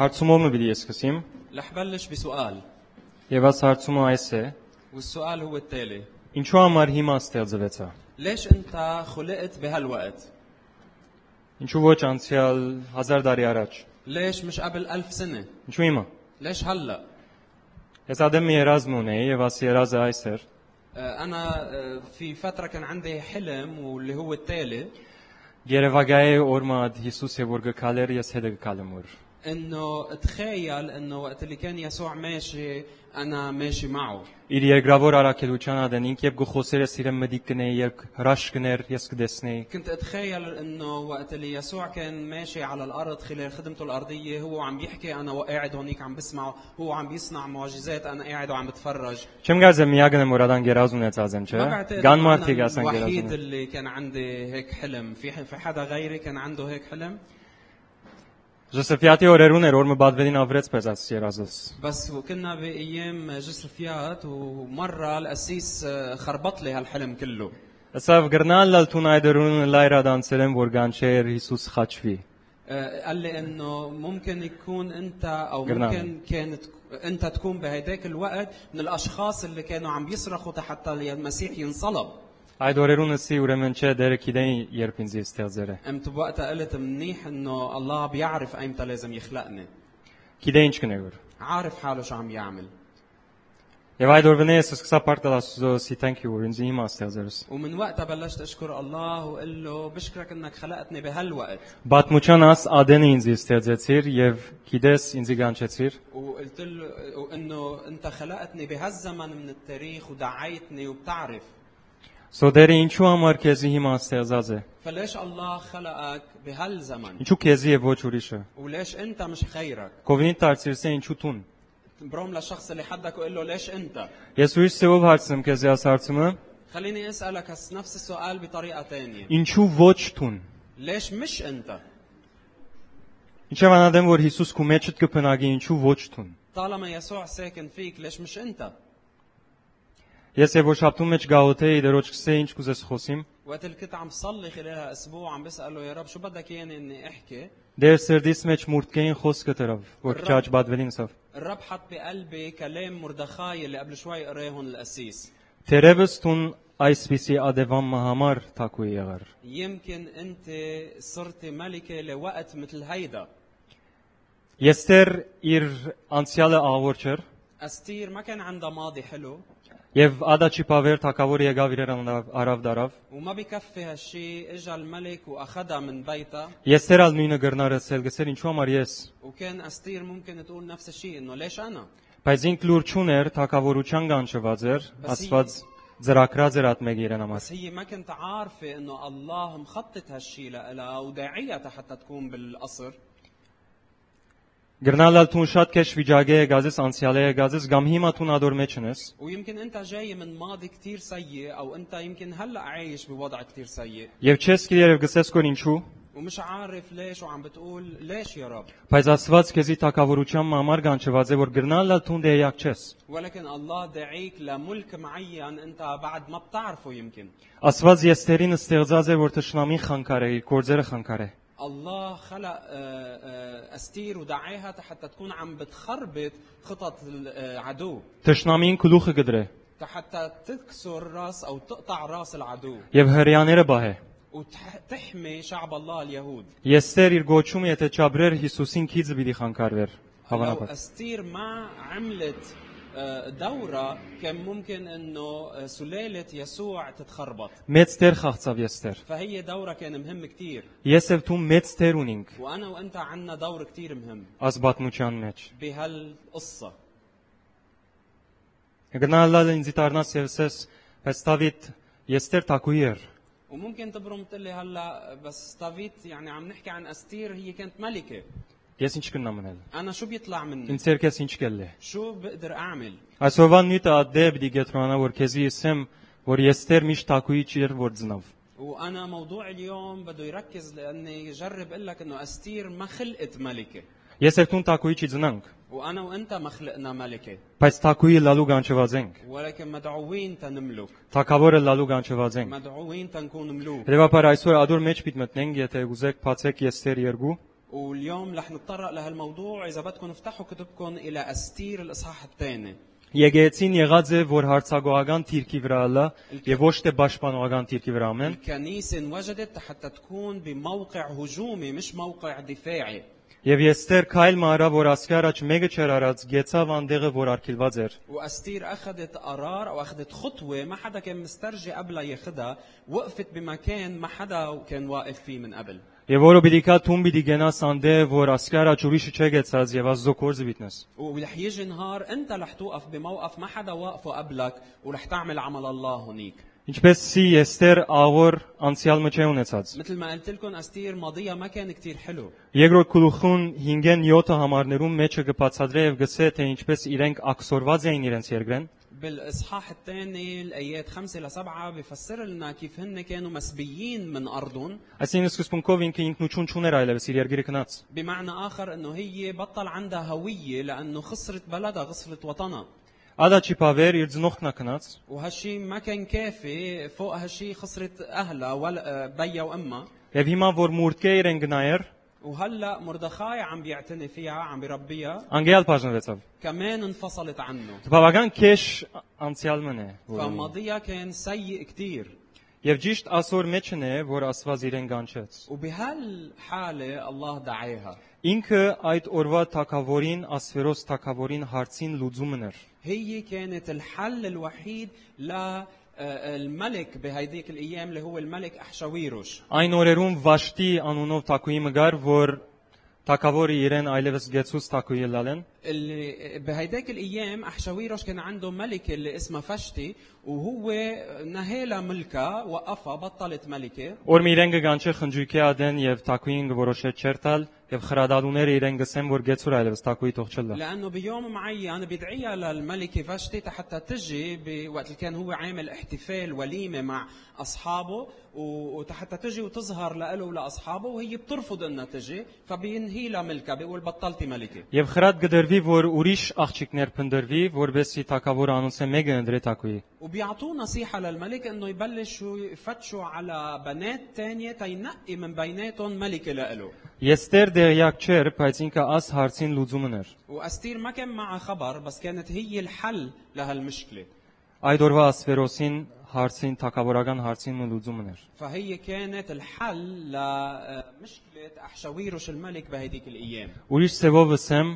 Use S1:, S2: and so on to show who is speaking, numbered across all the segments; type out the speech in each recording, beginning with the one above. S1: հարցումով մը պիտի ես սկսիմ
S2: رح بلش بسؤال
S1: եւ աս հարցումը այս է
S2: والسؤال هو التالي
S1: ինչու համար հիմա ստեղծվեցա
S2: ليش انت خلقت بهالوقت
S1: ինչու ոչ անցյալ 1000 տարի առաջ
S2: ليش مش قبل ألف سنة
S1: ինչու հիմա
S2: ليش هلأ
S1: ես ադեմ մի երազմ ունեի եւ աս երազը այս էր
S2: آه، أنا آه، في فترة كان عندي حلم واللي هو التالي
S1: Երևակայի օրը Հիսուս եւ որ գկալեր ես հետը գկալեմ որ
S2: إنه تخيل إنه وقت اللي كان يسوع ماشي أنا ماشي معه
S1: Իր երկրավոր առաքելության ադենինք եւ գխոսերը սիրեմ մդիկ կնեի երբ հրաշ կներ ես կդեսնեի
S2: كنت أتخيل إنه وقت اللي يسوع كان ماشي على الأرض خلال خدمته الأرضية هو عم يحكي أنا قاعد هونيك عم بسمعه هو عم بيصنع معجزات أنا قاعد وعم بتفرج
S1: Չեմ գազը միագն եմ որ ադան գերազ ունեցած եմ չէ
S2: ما بعتقد
S1: Գան
S2: إنه
S1: մարդիկ
S2: أنا
S1: ասան գերազ
S2: الوحيد
S1: ունեն
S2: اللي كان عندي هيك حلم في ح- في حدا غيري كان عنده هيك حلم
S1: Ժոսեֆիատի օրերուն էր որ մը բադվելին ավրեց պես աս երազս
S2: بس وكنا بايام جسر فيات ومره القسيس آه، خربط لي هالحلم كله
S1: Ասավ գրնալ լալ տուն այդերուն լայրա դանցերեմ որ գանչեր Հիսուս խաչվի
S2: آه، قال لي انه ممكن يكون انت او
S1: قلنا.
S2: ممكن كانت انت تكون بهداك الوقت من الاشخاص اللي كانوا عم يصرخوا حتى المسيح ينصلب
S1: Այդ օրերունս ի ուրեմն չէ դերը գիտեին երբ ինձ ես ստեղծերը
S2: قمت بوقتها قلت منيح انه الله بيعرف ايمتى لازم يخلقني
S1: գիտե ինչ կներ որ
S2: عارف حاله شو عم يعمل
S1: Եվ այդ օրվանե ես սկսա պարտալ ասուզոս he thank you որ ինձ հիմա ստեղծերս
S2: ومن وقتها بلشت اشكر الله وقل له بشكرك انك خلقتني بهالوقت
S1: Բաթմուչան աս ադենը ինձ ստեղծեցիր եւ գիտես ինձ գանչեցիր
S2: وقلت له وانه انت خلقتني بهالزمن من التاريخ ودعيتني وبتعرف
S1: Սոդերը ինչու համար քեզի հիմա ստեղծած է
S2: فليش الله خلقك بهالزمن
S1: Ինչու քեզի եւ ոչ ուրիշը
S2: وليش انت مش خيرك
S1: Կովինի տարծիրսե ինչու տուն
S2: بروم للشخص اللي حدك وقول له ليش انت
S1: Ես ուրիշ սեով հարցնեմ քեզի աս հարցումը
S2: خليني اسالك هس- نفس السؤال بطريقه تانية
S1: ինչու ոչ տուն
S2: ليش مش انت
S1: Ինչեւ անադեմ որ Հիսուս քու մեջդ կփնագի ինչու ոչ տուն
S2: طالما يسوع ساكن فيك ليش مش انت
S1: Ես եւ որ շաբթում մեջ գաղութեի դերոջքսե ինչ կուզես խոսիմ
S2: وقت اللي كنت عم صلي خلال هالاسبوع عم بساله يا رب شو بدك اياني اني احكي
S1: դեր սերդիս մեջ մուրտքեին խոսքը դրավ որ
S2: Ռա-
S1: քաջ բադվելին ասավ
S2: الرب حط بقلبي كلام مردخاي اللي قبل شوي قراهن القسيس
S1: Տերևս տուն այսպիսի ադևամ համար թակուի եղար
S2: يمكن انت صرت ملكة لوقت مثل هيدا
S1: Եստեր իր անցյալը աղոր չէր
S2: استير ما كان عندها ماضي حلو
S1: եւ Ադաչի Պավեր թակավոր եկավ իրեն անավ- արավ դարավ։
S2: وما بكفي هالشي اجا الملك واخدها من بيتها
S1: Եստեր ալ նույնը գրնարը ցել գսեր ինչու համար ես։
S2: وكان استير ممكن تقول نفس الشيء انه ليش انا
S1: Բայց ինք լուր չուներ թակավորության կանչված էր, ասված ծրակրած էր ատ մեկ իրեն համար։
S2: بس هي ما كنت عارفة انه الله مخطط هالشي لها وداعيتها حتى تكون بالقصر
S1: Գրնալալ տուն շատ քեշ վիճակե է գազես անցյալը է գազես կամ հիմա տուն ադոր մեջ ես։
S2: ويمكن انت جاي من ماضي كتير سيء او انت يمكن هلا عايش بوضع كتير سيء
S1: Եվ չես գիտեր եւ գսես կոր ինչու։
S2: ومش عارف ليش وعم بتقول ليش يا رب
S1: Բայց ասված քեզի թակավորության համար կանչված է որ գրնալալ տուն դեյակ չես։
S2: ولكن الله دعيك لملك معين انت بعد ما بتعرفه يمكن
S1: Ասված Եստերին ստեղծած է որ ճշնամին խանգարե, իր գործերը խանգարե։
S2: الله خلق آه، آه، استير ودعاها حتى تكون عم بتخربط خطط آه، العدو
S1: Տշնամին գլուխը գդրե
S2: حتى تكسر راس او تقطع راس العدو
S1: եւ հрьяները բահե։
S2: وتحمي شعب الله اليهود
S1: Եսեր իր գոչումը եթե ճաբրեր Հիսուսին քիծը պիտի խանգարվեր
S2: لو
S1: հավանաբար։
S2: استير ما عملت آه، دورة كان ممكن انه آه، سلالة يسوع تتخربط
S1: Մեծ Տեր խաղացավ Եստեր։
S2: فهي دورة كان مهم كتير
S1: Ես եւ դու մեծ Տեր ունինք
S2: وانا وانت عنا دور كتير مهم
S1: ազգատնության մեջ։
S2: بهالقصة
S1: Գնալալ ինձ դառնաս Եվսես, բայց Դավիթ Եստեր Թակուիեր։
S2: وممكن تبرم تقول لي هلا بس تافيت يعني عم نحكي عن استير هي كانت ملكة
S1: Ես ինչ կնա մնել։
S2: انا شو بيطلع مني
S1: Ինձ երկես ինչ կելլե։
S2: شو بقدر اعمل
S1: Այսօրվա նույնը ադե պիտի գետրոնա որ քեզի իսեմ որ Եստեր միշտ Թակուի չեր որ ծնավ։
S2: وانا موضوع اليوم بده يركز لاني جرب اقول لك انه استير ما خلقت ملكة
S1: Ես եւ դու Թակուի չի ծնանք,
S2: وانا وانت ما خلقنا ملكة
S1: բայց Թակուի լալու կանչված ենք։
S2: ولكن مدعوين تنملك
S1: Թակավորը լալու կանչված ենք։
S2: مدعوين تنكون ملوك
S1: Հետևաբար այսօր ադուր մեջ պիտի մտնենք, եթե ուզեք փացեք Եստեր 2,
S2: واليوم رح نتطرق لهالموضوع اذا بدكم افتحوا كتبكم الى استير الاصحاح الثاني
S1: Եկեղեցին եղած է, որ հարցագողական թիրքի վրա լա եւ ոչ թե պաշտպանողական թիրքի վրա ամեն։
S2: الكنيسة انوجدت حتى تكون بموقع هجومي مش موقع دفاعي
S1: Եվ Եստեր քայլը արա, որ ասկի առաջ մեկը չեր արած, գեցավ անդեղը, որ արկիլված էր։
S2: واستير اخذت قرار او اخذت خطوه ما حدا كان مسترجي قبلها ياخذها وقفت بمكان ما حدا كان واقف فيه من قبل
S1: Եվ որը պիտի կա թուն պիտի գնաս անդե, որ ասկի առաջ ուրիշը չգեցած եւ ազո կորզը վիտնես։
S2: ورح يجي نهار انت رح توقف بموقف ما حدا واقفه قبلك ورح تعمل عمل الله هنيك
S1: Ինչպես սի Եստեր աղոր անցյալ մը չէ ունեցած։
S2: مثل ما قلت لكم استير ماضيها ما كان كتير حلو
S1: Երկրորդ գլուխուն 5-ն 7 համարներում մեջը կբացատրե եւ գցե թե ինչպես իրենք ակսորված էին իրենց երկրեն
S2: بالاصحاح الثاني الايات خمسة لسبعة بفسر لنا كيف هن كانوا مسبيين من ارضهم
S1: Այսինքն սկզբունքով ինքը ինքնություն չուներ այլևս իր երկրի կնած։
S2: بمعنى آخر أنه هي بطل عندها هوية لأنه خسرت بلدها خسرت وطنها
S1: Ադաչի Պավեր իր ծնողքն է կնած,
S2: وهالشي ما كان كافي فوق هالشي خسرت أهلها ولا بيا وأمها
S1: եւ հիմա որ մուրդկե իրեն գնայր,
S2: وهلا مردخاي عم بيعتني فيها عم بيربيها
S1: անգեալ բաժնվեցավ։
S2: كمان انفصلت عنه
S1: Բավական քեշ անցյալ մն է։ որը ունի։
S2: فماضيها كان سيء كتير
S1: Եվ ճիշտ ասոր մեջն է, որ Աստված իրեն կանչեց։
S2: وبهالحالة الله دعاها
S1: Ինքը այդ օրվա թակավորին, Ասվերոս թակավորին հարցին լուծումն էր։
S2: هي كانت الحل الوحيد للملك بهيديك الأيام اللي هو الملك أحشويروش
S1: Այն օրերում Վաշտի անունով թակուի մգար, որ թակավորը իրեն այլևս գեցուց թակուի լալեն։
S2: اللي بهيداك الايام احشاويروش كان عنده ملكه اللي اسمها فشتي وهو نهالها ملكها وقفها بطلت ملكه
S1: Որ մի իրեն գանչե խնջույքի ադեն եւ թակուին գորոշե չերտալ եւ խրադալուները իրեն գսեն, որ գեցուր այլևս թակուի թող չլա։
S2: لانه بيوم معين بدعيها للملكه فشتي حتى تجي بوقت اللي كان هو عامل احتفال وليمه مع اصحابه و- وحتى تجي وتظهر له ولاصحابه وهي بترفض انها تجي فبينهي لها ملكها بيقول بطلتي ملكه
S1: Եվ խրատ գդրվի, որ ուրիշ աղջիկներ փնդրվի, որբեսի թակավորը անոնցե մեկը ընդրե թակուի։
S2: وبيعطوه نصيحة للملك انه يبلشوا يفتشوا على بنات تانية تينقي من بيناتهم ملكة لإله
S1: Եստեր դեղյակ չէր, բայց ինքը աս հարցին լուծումն էր։
S2: واستير ما كان معها خبر بس كانت هي الحل لهالمشكله
S1: Այդ օրվա Ասվերոսին հարցին թակավորական հարցին մը լուծումն էր։
S2: فهي كانت الحل لمشكله احشاويروش الملك بهديك الايام
S1: Ուրիշ ծևով ասեմ,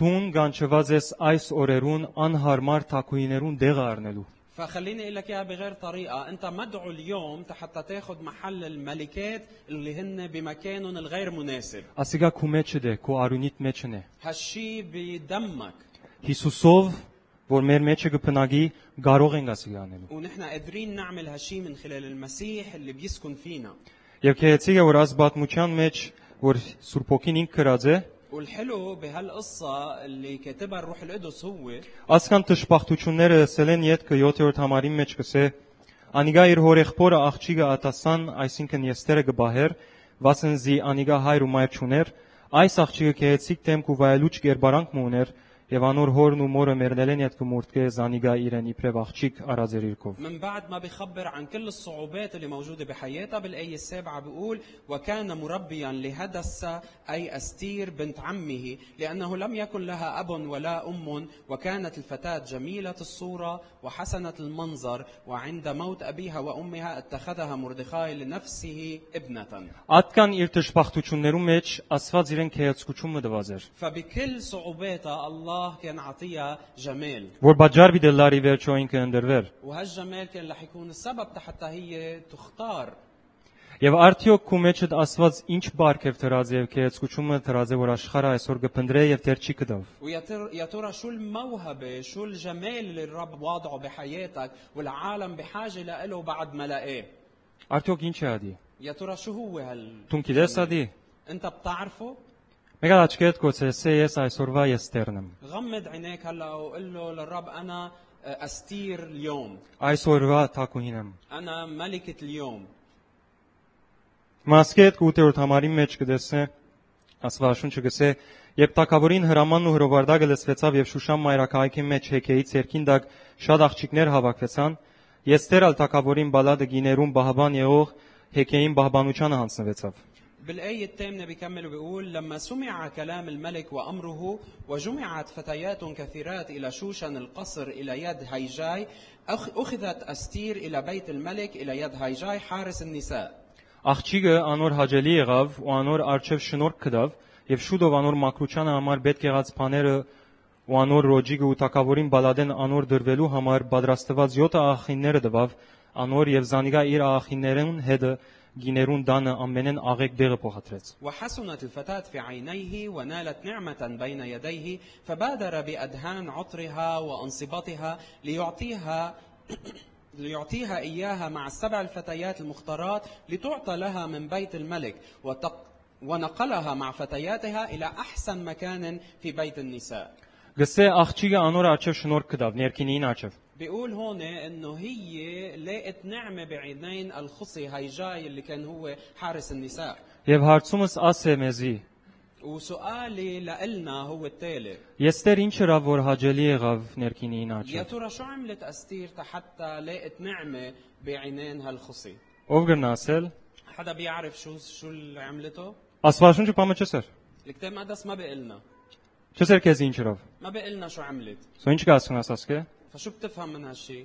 S1: Տուն գանչված ես այս օրերուն անհարմար թակուիներուն դեղը առնելու։
S2: فخليني اقول لك اياها بغير طريقه انت مدعو اليوم حتى تاخذ محل الملكات اللي هن بمكانهم الغير مناسب
S1: Ասիկա քու մեջը դե, քու արունիտ մեջն է։
S2: هالشي بدمك
S1: Հիսուսով, որ մեր մեջը կփնագի, կարող ենք ասիկա անելու։
S2: ونحن قادرين نعمل هالشي من خلال المسيح اللي بيسكن فينا
S1: Եվ քեյեցիկ է որ աս բաթմության մեջ որ Սուրբ ոգին ինք գրած է,
S2: والحلو بهالقصه اللي كاتبها الروح القدس هو
S1: ասքան դժբախտությունները սելեն յետքը 7-րդ համարի մեջ կսե Անիգա իր հորեղբորը աղջիկը ատասան, այսինքն Եստերը գբահեր, վասնզի Անիգա հայր ու մայր չուներ, այս աղջիկը քեյեցիկ դեմք ու վայելուչ կերբարանք մու ուներ, եւ անոր հորն ու մորը մերնել են յետքը մուրտքը Զանիգա իրեն իբրև աղջիկ արած էր իրքով։
S2: من بعد ما بيخبر عن كل الصعوبات اللي موجودة بحياتها بالآية السابعة بيقول وكان مربيا لهدسة أي أستير بنت عمه لأنه لم يكن لها أب ولا أم وكانت الفتاة جميلة الصورة وحسنة المنظر وعند موت أبيها وأمها اتخذها مردخاي لنفسه ابنة
S1: Ատկան իր դժբախտություններում մեջ Աստված իրեն քեյեցկությունը տված էր։
S2: فبكل صعوباتها الله كان عطيها جمال
S1: որ բաժարվի դելարի վերջո ինքը ընդրվեր
S2: وهالجمال كان رح يكون السبب حتى هي تختار
S1: Եվ արդյոք քու մեջդ Աստված ինչ բարգև դրած եւ քեծկությունը դրած է որ աշխարհը այսօր կփնդրե եւ դեռ չի կդավ։
S2: ويا تر- يا ترى شو الموهبة شو الجمال اللي الرب واضعه بحياتك والعالم بحاجة لإله بعد ما لقاه
S1: Արդյոք ինչ է ադի։
S2: يا ترى شو هو هال
S1: Դու գիտես ադի։
S2: انت بتعرفه
S1: Մեկ աչքերդ գոցես ես այսօրվա ես տերնեմ։
S2: غمض عينيك هلا وقول له للرب انا استير اليوم
S1: Այսօրվա թակուհին եմ։
S2: انا ملكة اليوم
S1: Մասկետ 8-րդ համարի մեջ կտեսնե Աստվածաշունչը գսե Երբ Տակավորին հրամանն ու հրովարտակը լսվեցավ եւ Շուշան մայրաքաղաքի մեջ հեքեից երկին դակ շատ աղջիկներ հավաքվեցան, Եստերալ Տակավորին բալադը գիներում բահբան եղող հեքեին բահբանությանը հանձնվեցավ։
S2: بالآية الثامنة بيكمل وبيقول لما سمع كلام الملك وأمره وجمعت فتيات كثيرات إلى شوشن القصر إلى يد هيجاي أخ- أخذت أستير إلى بيت الملك إلى يد هيجاي حارس النساء
S1: Աղջիկը անոր հաջելի եղավ ու անոր արչև շնորհք կդավ եւ շուտով անոր մակրուչանը համար պետք եղած բաները ու անոր ռոջիկը ու թակավորին բալադեն անոր դրվելու համար պատրաստված 7 աղախինները դվավ անոր եւ զանիգա իր աղախիներուն հետը գիներուն դանը ամենեն աղեկ դեղը փոխադրեց
S2: وحسنت الفتاة في عينيه ونالت نعمة بين يديه فبادر بأدهان عطرها وأنصبتها ليعطيها ليعطيها إياها مع السبع الفتيات المختارات لتعطى لها من بيت الملك وتق ونقلها مع فتياتها إلى أحسن مكان في بيت النساء
S1: Գսե աղջիկը անոր արչև շնորհք կդավ ներքինին արչև
S2: بيقول هون انه هي لقت نعمه بعينين الخصي هيجاي اللي كان هو حارس النساء
S1: եւ հարցումս ասե մեզի
S2: وسؤالي لإلنا هو التالي
S1: Եստեր ինչ հրա որ հաջելի եղավ ներքինին
S2: يا
S1: աճը։
S2: ترى شو عملت أستير حتى لقت نعمة بعينين هالخصي
S1: Ով գնասել։
S2: حدا بيعرف شو شو اللي عملته
S1: Աստվածունջը պամը չսեր։
S2: الكتاب المقدس ما بيقلنا
S1: Չսեր քեզ ինչ հրավ։
S2: ما بيقلنا شو عملت
S1: Սո ինչ կասնասած կե։
S2: فشو بتفهم من هالشي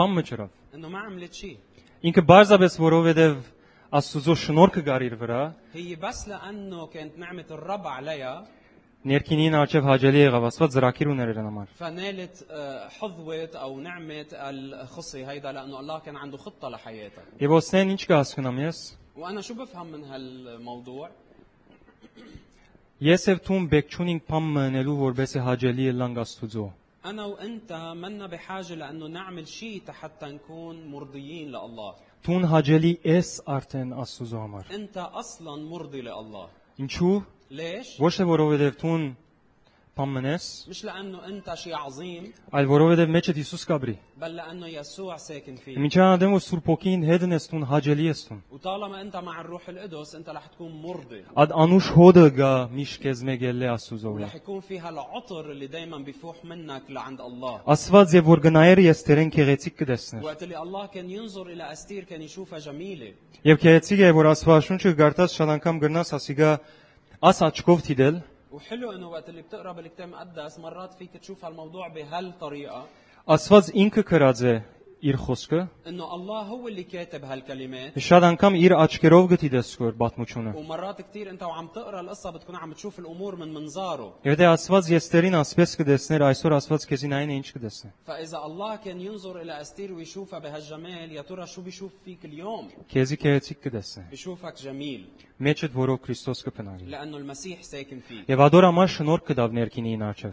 S1: Պամը չրավ։
S2: انه ما عملت شيء
S1: Ինքը բարձաբես որովհետև Աստուծո շնորհքը գար իր վրա,
S2: هي بس لأنه كانت نعمة الرب عليها
S1: ներքինին աճև հաջելի եղավ Աստված զրակիր ուներ իր համար։
S2: فنالت آه، حظوة أو نعمة الخصي هيدا لأنه الله كان عنده خطة لحياتها
S1: Եվ ոսնեն ինչ կասնամ ես։
S2: وأنا شو بفهم من هالموضوع
S1: Ես եւ թում բեկչունին պամը անելու որբեսի հաջելի է լանգ Աստուծո։
S2: أنا وأنت منا بحاجة لأنه نعمل شيء حتى نكون مرضيين لله
S1: Թուն հաջելի էս արդեն Աստուծո համար։
S2: أنت أصلا مرضي لله
S1: Ինչու՞։
S2: ليش؟
S1: Ոչ թե որովհետև թուն պամնես,
S2: مش لأنه أنت شيء عظيم
S1: այլ որովհետև մեջը Հիսուս կաբրի։
S2: بل لأنه يسوع ساكن فيك
S1: Միջանադեմ ու Սուրբ ոգին հետն ես տուն հաջելի ես տուն։
S2: وطالما أنت مع الروح القدس أنت رح تكون مرضي
S1: Ադ անուշ հոդը գա միշկեզ մեգելե Աստուծովը։
S2: ورح يكون فيها العطر اللي دايما بيفوح منك لعند الله
S1: Աստված եւ որ գնայր ես դերեն քեղեցիկ կդեսներ։
S2: وقت اللي الله كان ينظر إلى أستير كان يشوفها جميلة
S1: Եվ քեղեցիկ է որ Աստված շունչը գարտած շատ անգամ գրնաս ասիգա աս աչկով դիդել,
S2: وحلو انه وقت اللي بتقرا بالكتاب المقدس مرات فيك تشوف هالموضوع بهالطريقه
S1: Աստված ինքը քրած է իր խոսքը,
S2: انه الله هو اللي كاتب هالكلمات
S1: շատ անգամ իր աչկերով գտիդես որ բաթմությունը։
S2: ومرات كثير انت وعم تقرا القصه بتكون عم تشوف الامور من منظاره
S1: Եվ դե Աստված ես դերին ասպես կդեսներ, այսօր Աստված քեզին այն է ինչ կդեսնի։
S2: فاذا الله كان ينظر الى استير ويشوفها بهالجمال يا ترى شو بيشوف فيك اليوم
S1: Քեզի քեղեցիկ կդեսնի։
S2: بيشوفك جميل
S1: Մեջդ որով Քրիստոս կփնարի։
S2: لانه المسيح ساكن فيك
S1: Եվ ադոր համար շնորհ կդավ ներքինին աչև։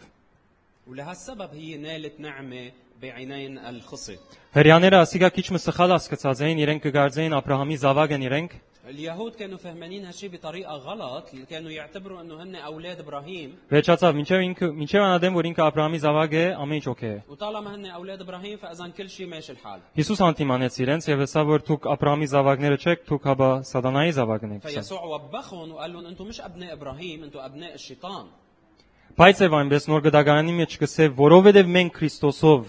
S2: ولهالسبب هي نالت نعمه بعينين الخصي
S1: Հрьяները ասիկա քիչ մը սխալ հասկացած էին, իրենք կգարձեին Աբրահամի զավակ են իրենք,
S2: اليهود كانوا فهمانين هالشي بطريقه غلط كانوا يعتبروا انه هن اولاد ابراهيم
S1: վերջացավ, մինչև ինքը մինչև անադեմ որ ինքը Աբրահամի զավակ է, ամեն ինչ օքեյ է։
S2: وطالما هن اولاد ابراهيم فاذا كل شيء ماشي الحال
S1: Հիսուս անտիմանեց իրենց եւ հեսա որ դուք Աբրահամի զավակները չեք, դուք հաբա Սատանայի զավակն
S2: Հա,
S1: եք։ ասա։
S2: فيسوع وبخهم وقال لهم انتم مش ابناء ابراهيم انتم ابناء الشيطان
S1: Բայց եւ այնպես նոր գդականի մեջ կսե, որովհետեւ մենք Քրիստոսով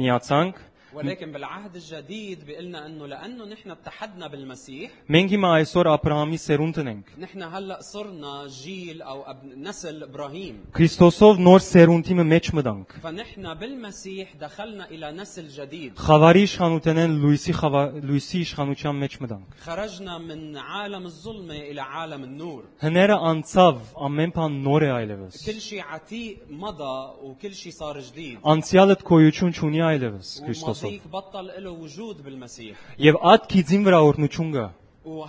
S1: միացանք,
S2: ولكن بالعهد الجديد بيقلنا انه لانه نحن اتحدنا بالمسيح
S1: մենք հիմա այսօր Աբրահամի սերունդն ենք։
S2: نحن هلا صرنا جيل او أب- نسل ابراهيم
S1: Քրիստոսով նոր սերունդի մը մեջ մտանք։
S2: فنحن بالمسيح دخلنا الى نسل جديد
S1: Խավարի իշխանութենեն Լուիսի խավա Լուիսի իշխանության մեջ մտանք։
S2: خرجنا من عالم الظلمه الى عالم النور
S1: Հները անցավ, ամեն բան նոր է այլևս։
S2: كل شيء عتيق مضى وكل شيء صار جديد
S1: Անցյալը գոյություն չունի այլևս Քրիստոսով։
S2: وماضيك بطل له وجود بالمسيح
S1: Եվ ատքիցին վրա օրնություն կա։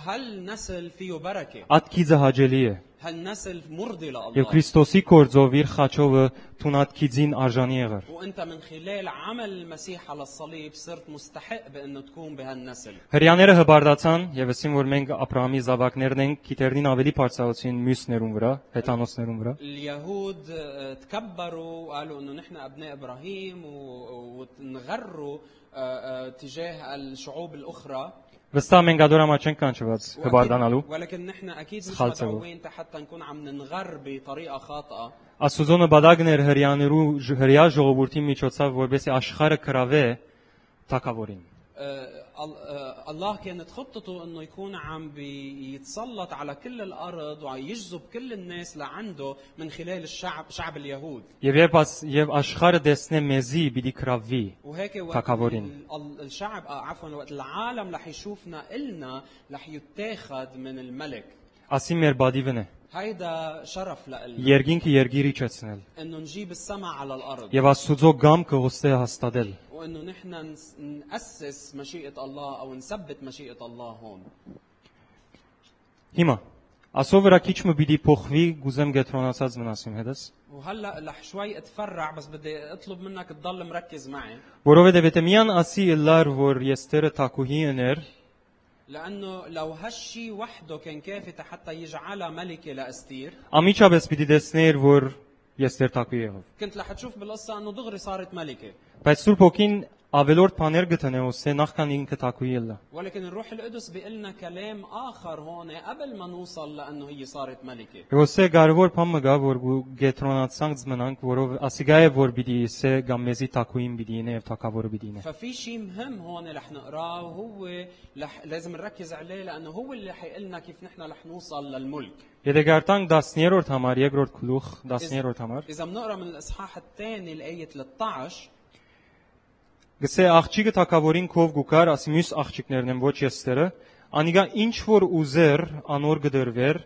S2: وهالنسل فيه بركه
S1: Ատքիցը հաջելի է։
S2: هالنسل مرضي
S1: Եվ
S2: لله
S1: Քրիստոսի կորձով իր խաչովը տուն ատքիցին արժանի եղար։
S2: وانت من خلال عمل المسيح على الصليب صرت مستحق بانه تكون بهالنسل
S1: Հрյաները հբարդացան եւ ասին որ մենք Աբրահամի զավակներն ենք, քիտերնին ավելի բարձրացին մյուսներուն վրա, հետանոսներուն վրա։
S2: اليهود آه، تكبروا وقالوا انه نحن ابناء ابراهيم و- وانغروا آه، آه، تجاه الشعوب الاخرى
S1: Վստահ մենք ադորամա չենք կանչված
S2: وأكيد-
S1: հբարդանալու։
S2: ولكن نحن اكيد مش
S1: خالصة بقى.
S2: مدعوين حتى نكون عم ننغر بطريقه خاطئه
S1: Աստուծոնը բադագներ հрьяներու հрья ժողովրդի միջոցով որբեսի աշխարը կրավե թակավորին։
S2: آه، ال- آه، الله كانت خطته انه يكون عم بيتسلط على كل الارض ويجذب كل الناس لعنده من خلال الشعب شعب اليهود
S1: Եվ երբ աս- եւ աշխարհը դեսնե մեզի՝ պիտի կրավվի։
S2: وهيك وقت
S1: تكافورين.
S2: ال- الشعب آه، عفوا وقت العالم رح يشوفنا النا رح يتاخد من الملك
S1: Ասի մեր բադիվն է։
S2: هيدا شرف لإلنا
S1: Երգինքը երգիրի չեցնել
S2: انه نجيب السماء على الارض
S1: եւ Աստուծո գամքը հստե հաստատել։
S2: وانه نحن نس- نأسس مشيئة الله او نثبت مشيئة الله هون
S1: Հիմա ասո վրա քիչ մը պիտի փոխվի, գուզեմ գետրոնացած մնասիմ հետս,
S2: وهلا رح شوي اتفرع بس بدي اطلب منك تضل مركز معي
S1: որովհետեւ եթե միան ասի լար որ Եստերը Թակուհի ըներ,
S2: لانه لو هالشي وحده كان كافي حتى يجعلها ملكه لاستير
S1: ամիջապես պիտի դեսներ որ Եստեր Թակուհի եղավ։
S2: كنت رح تشوف بالقصه انه دغري صارت ملكه
S1: Բայց Սուրբ Օքին ավելորդ բաներ գտնե ոսե նախքան ինքը Թակուհի ելա։
S2: ولكن الروح القدس بيقلنا كلام اخر هون قبل ما نوصل لانه هي صارت ملكه
S1: Ոսե կարևոր բանը գա որ գու- գետրոնացած մնանք, որով ասիգա է որ պիտի սե կամ մեզի Թակուհին պիտի ինե եւ Թակավորը պիտի ինե։
S2: ففي شيء مهم هون رح نقراه وهو لح... لازم نركز عليه لانه هو اللي حيقلنا كيف نحن رح نوصل للملك
S1: Եթե գարտանք 10-րդ համար, 2-րդ գլուխ 10-րդ համար,
S2: اذا بنقرا من الاصحاح الثاني الايه 13
S1: գսե աղջիկը թակավորին քով գուկար, ասի մյուս աղջիկներն են ոչ եստերը, անիգա ինչ որ ուզեր անոր գդրվեր,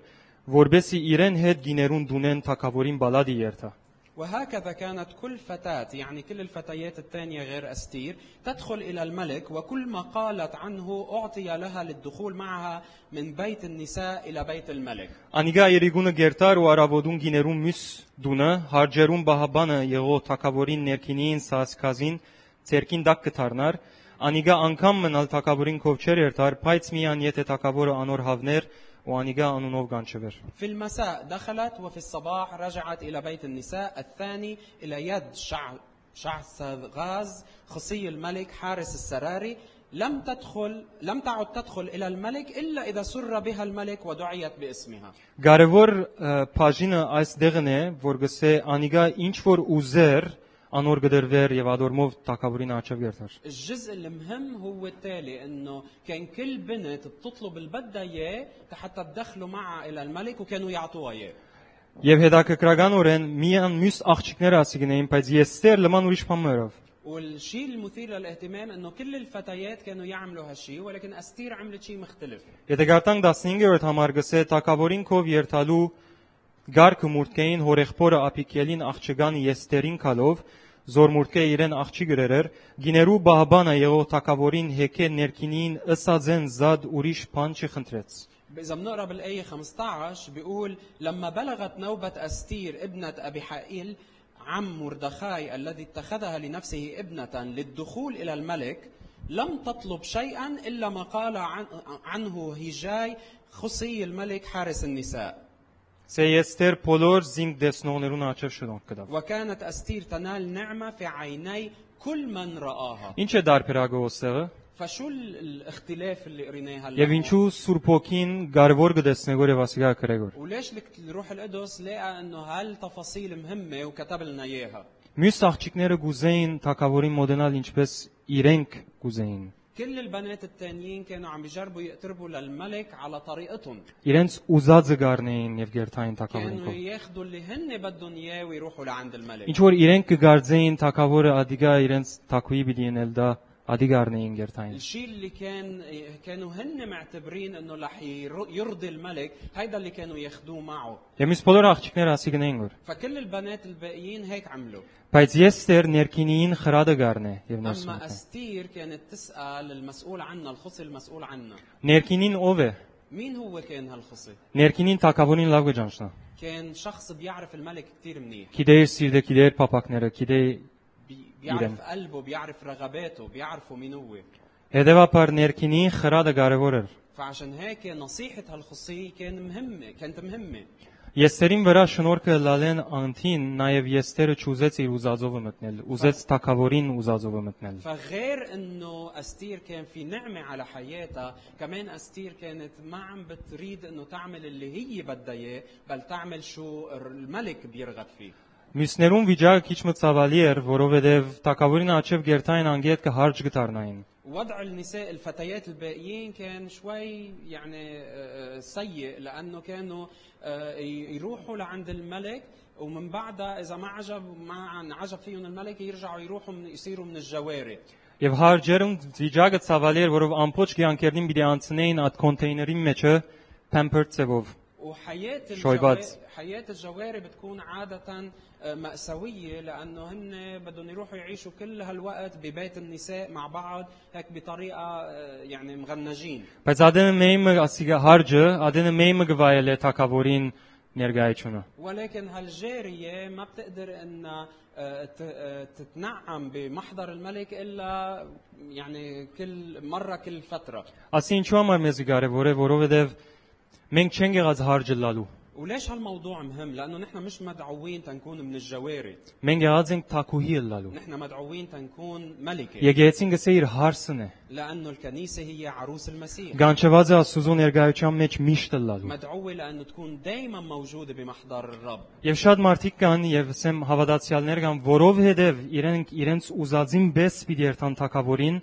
S1: որբեսի իրեն հետ գիներուն դունեն թակավորին բալադի երթա։
S2: وهكذا كانت كل فتاة يعني كل الفتيات الثانية غير أستير تدخل إلى الملك وكل ما قالت عنه أعطي لها للدخول معها من بيت النساء إلى بيت الملك
S1: Անիգա երիգունը գերտար ու արավոդուն գիներուն մյուս դունը, հարջերուն բահաբանը եղո թակավորին ներքինին սասկազին, ցերքին դակ կթարնար, անիգա անգամ մնալ թակավորին քով չեր երթար, բայց միան եթե թակավորը անոր հավներ ու անիգա անունով գանչվեր։
S2: في المساء دخلت وفي الصباح رجعت إلى بيت النساء الثاني إلى يد شع شعسغاز خصي الملك حارس السراري لم تدخل لم تعد تدخل إلى الملك إلا إذا سر بها الملك ودعيت باسمها
S1: Գարեվոր ը, բաժինը այստեղն է, որ գսե անիգա ինչ որ ուզեր անոր գդրվեր եւ ադորմով տակավորին աչավ երթար։
S2: الجزء المهم هو التالي انه كان كل بنت بتطلب اللي بدها اياه حتى تدخلوا معها الى الملك وكانوا يعطوها اياه
S1: Եվ հետաքրքրականորեն միան մյուս աղջիկները ասիգնեին, բայց Եստեր լման ուրիշ բան մերով։
S2: والشيء المثير للاهتمام انه كل الفتيات كانوا يعملوا هالشيء ولكن استير عملت شيء مختلف
S1: Եթե գարտանք 15-րդ համար գսե տակավորին քով երթալու գարկը մուրտկեին հորեղբորը ապիկելին աղջկան Եստերին քալով զորմուրտկե իրեն աղջի գրերեր գիներու բահբանը եղող տակավորին հեքե ներքինին ըսածեն զադ ուրիշ բան չխնդրեց։
S2: إذا بنقرا بالآية 15 بيقول لما بلغت نوبة أستير ابنة أبي حائل عم مردخاي الذي اتخذها لنفسه ابنة للدخول إلى الملك لم تطلب شيئا إلا ما قال عن عنه هيجاي خصي الملك حارس النساء
S1: Սեյեստեր բոլոր զինք դեսնողներուն աչև շնորհ կտավ։
S2: وكانت أستير تنال نعمة في عيني كل من رآها
S1: Ինչ է դարբերագը ոստեղը
S2: فشو ال- الاختلاف اللي قريناه
S1: եւ
S2: هلا
S1: ինչու Սուրբոքին կարևոր կդեսնեգոր եւ ասիգա կրեգոր։
S2: وليش الك- الروح القدس لقى انه هالتفاصيل مهمه وكتب لنا اياها
S1: Մյուս աղջիկները գուզեին թակավորին մոդենալ ինչպես իրենք գուզեին։
S2: كل البنات التانيين كانوا عم بيجربوا يقتربوا للملك على طريقتهم
S1: Իրենց ուզածը գառնեին եւ գերթային թակավորին
S2: كانوا
S1: կողմ։
S2: ياخذوا اللي هن بدهم اياه ويروحوا لعند الملك
S1: Ինչ որ իրենք կգարձեին թակավորը ադիգա իրենց թակուի բիդինել դա ադիգարնեին գերթային։
S2: الشيء اللي كان كانوا هن معتبرين انه رح ير- يرضي الملك هيدا اللي كانوا ياخذوه معه
S1: Եվ մյուս բոլոր աղջիկները ասիգնեին որ
S2: فكل البنات الباقيين هيك عملوا
S1: բայց Եստեր ներքինին խրադը գառնե եւ
S2: اما
S1: նորսում։
S2: استير كانت تسال المسؤول عنا الخصي المسؤول عنا
S1: Ներքինին ով է։
S2: مين هو كان هالخصي
S1: Ներքինին թակավորին լավ գճանշնա։
S2: كان شخص بيعرف الملك كثير منيح
S1: Գիտեի սիրտը, գիտեի փապակները, գիտեի
S2: بي-
S1: إيران.
S2: بيعرف قلبه بيعرف رغباته بيعرفه مين هو
S1: հետևաբար ներքինի խրադը կարևոր էր։
S2: فعشان هيك نصيحة هالخصية كان مهمة كانت مهمة
S1: Եստերին վրա շնորհքը լալեն անտին, նաև Եստերը ճուզեց իր ուզածովը մտնել, ուզեց Թակավորին ուզածովը մտնել։
S2: فغير انه استير كان في نعمة على حياتها كمان استير كانت ما عم بتريد انه تعمل اللي هي بدها اياه بل تعمل شو الملك بيرغب فيه
S1: Մյուսներուն վիճակը քիչ մը ցավալի էր, որովհետև Թակավորին աչև գերտային անգետ կհարճ գտարնային։
S2: وضع النساء الفتيات الباقيين كان شوي يعني آه، آه، سيء لانه كانوا آه، ي- يروحوا لعند الملك ومن بعدها اذا ما عجب ما عجب فيهم الملك يرجعوا يروحوا من يصيروا من الجواري
S1: Եվ հարջերում վիճակը ցավալի էր, որով ամբողջ գյանքերին պիտի անցնեին այդ կոնտեյների մեջը pamper ծևով։
S2: وحياة
S1: شويبات.
S2: الجواري حياة الجواري بتكون عادة آه، مأساوية لأنه هن بدهم يروحوا يعيشوا كل هالوقت ببيت النساء مع بعض هيك بطريقة آه، يعني مغنجين
S1: Բայց ադենը մեյմը, ասիգա հարջը, ադենը մեյմը գվայել է թակավորին ներգայությունը։
S2: ولكن هالجارية ما بتقدر انها آه، ت- آه، تتنعم بمحضر الملك الا يعني كل مرة كل فترة
S1: Ասի ինչու համար մեզ կարևոր է, որովհետև մենք չենք եղած հարջը լալու։
S2: وليش هالموضوع مهم؟ لأنه نحن مش مدعوين تنكون من الجواري
S1: Մենք եղած ենք թակուհի էլ լալու։
S2: نحن مدعوين تنكون ملكة
S1: Եկեղեցին գսե իր հարսն է։
S2: لأنه الكنيسة هي عروس المسيح
S1: Գանչված է Աստուծո ներգայության մեջ միշտ էլ լալու։
S2: مدعوة لأنه تكون دائما موجودة بمحضر الرب
S1: Եվ շատ մարդիկ կան եւ ասեմ հավատացյալներ կան, որովհետեւ իրենք իրենց ուզածին բես պիտի երթան թակավորին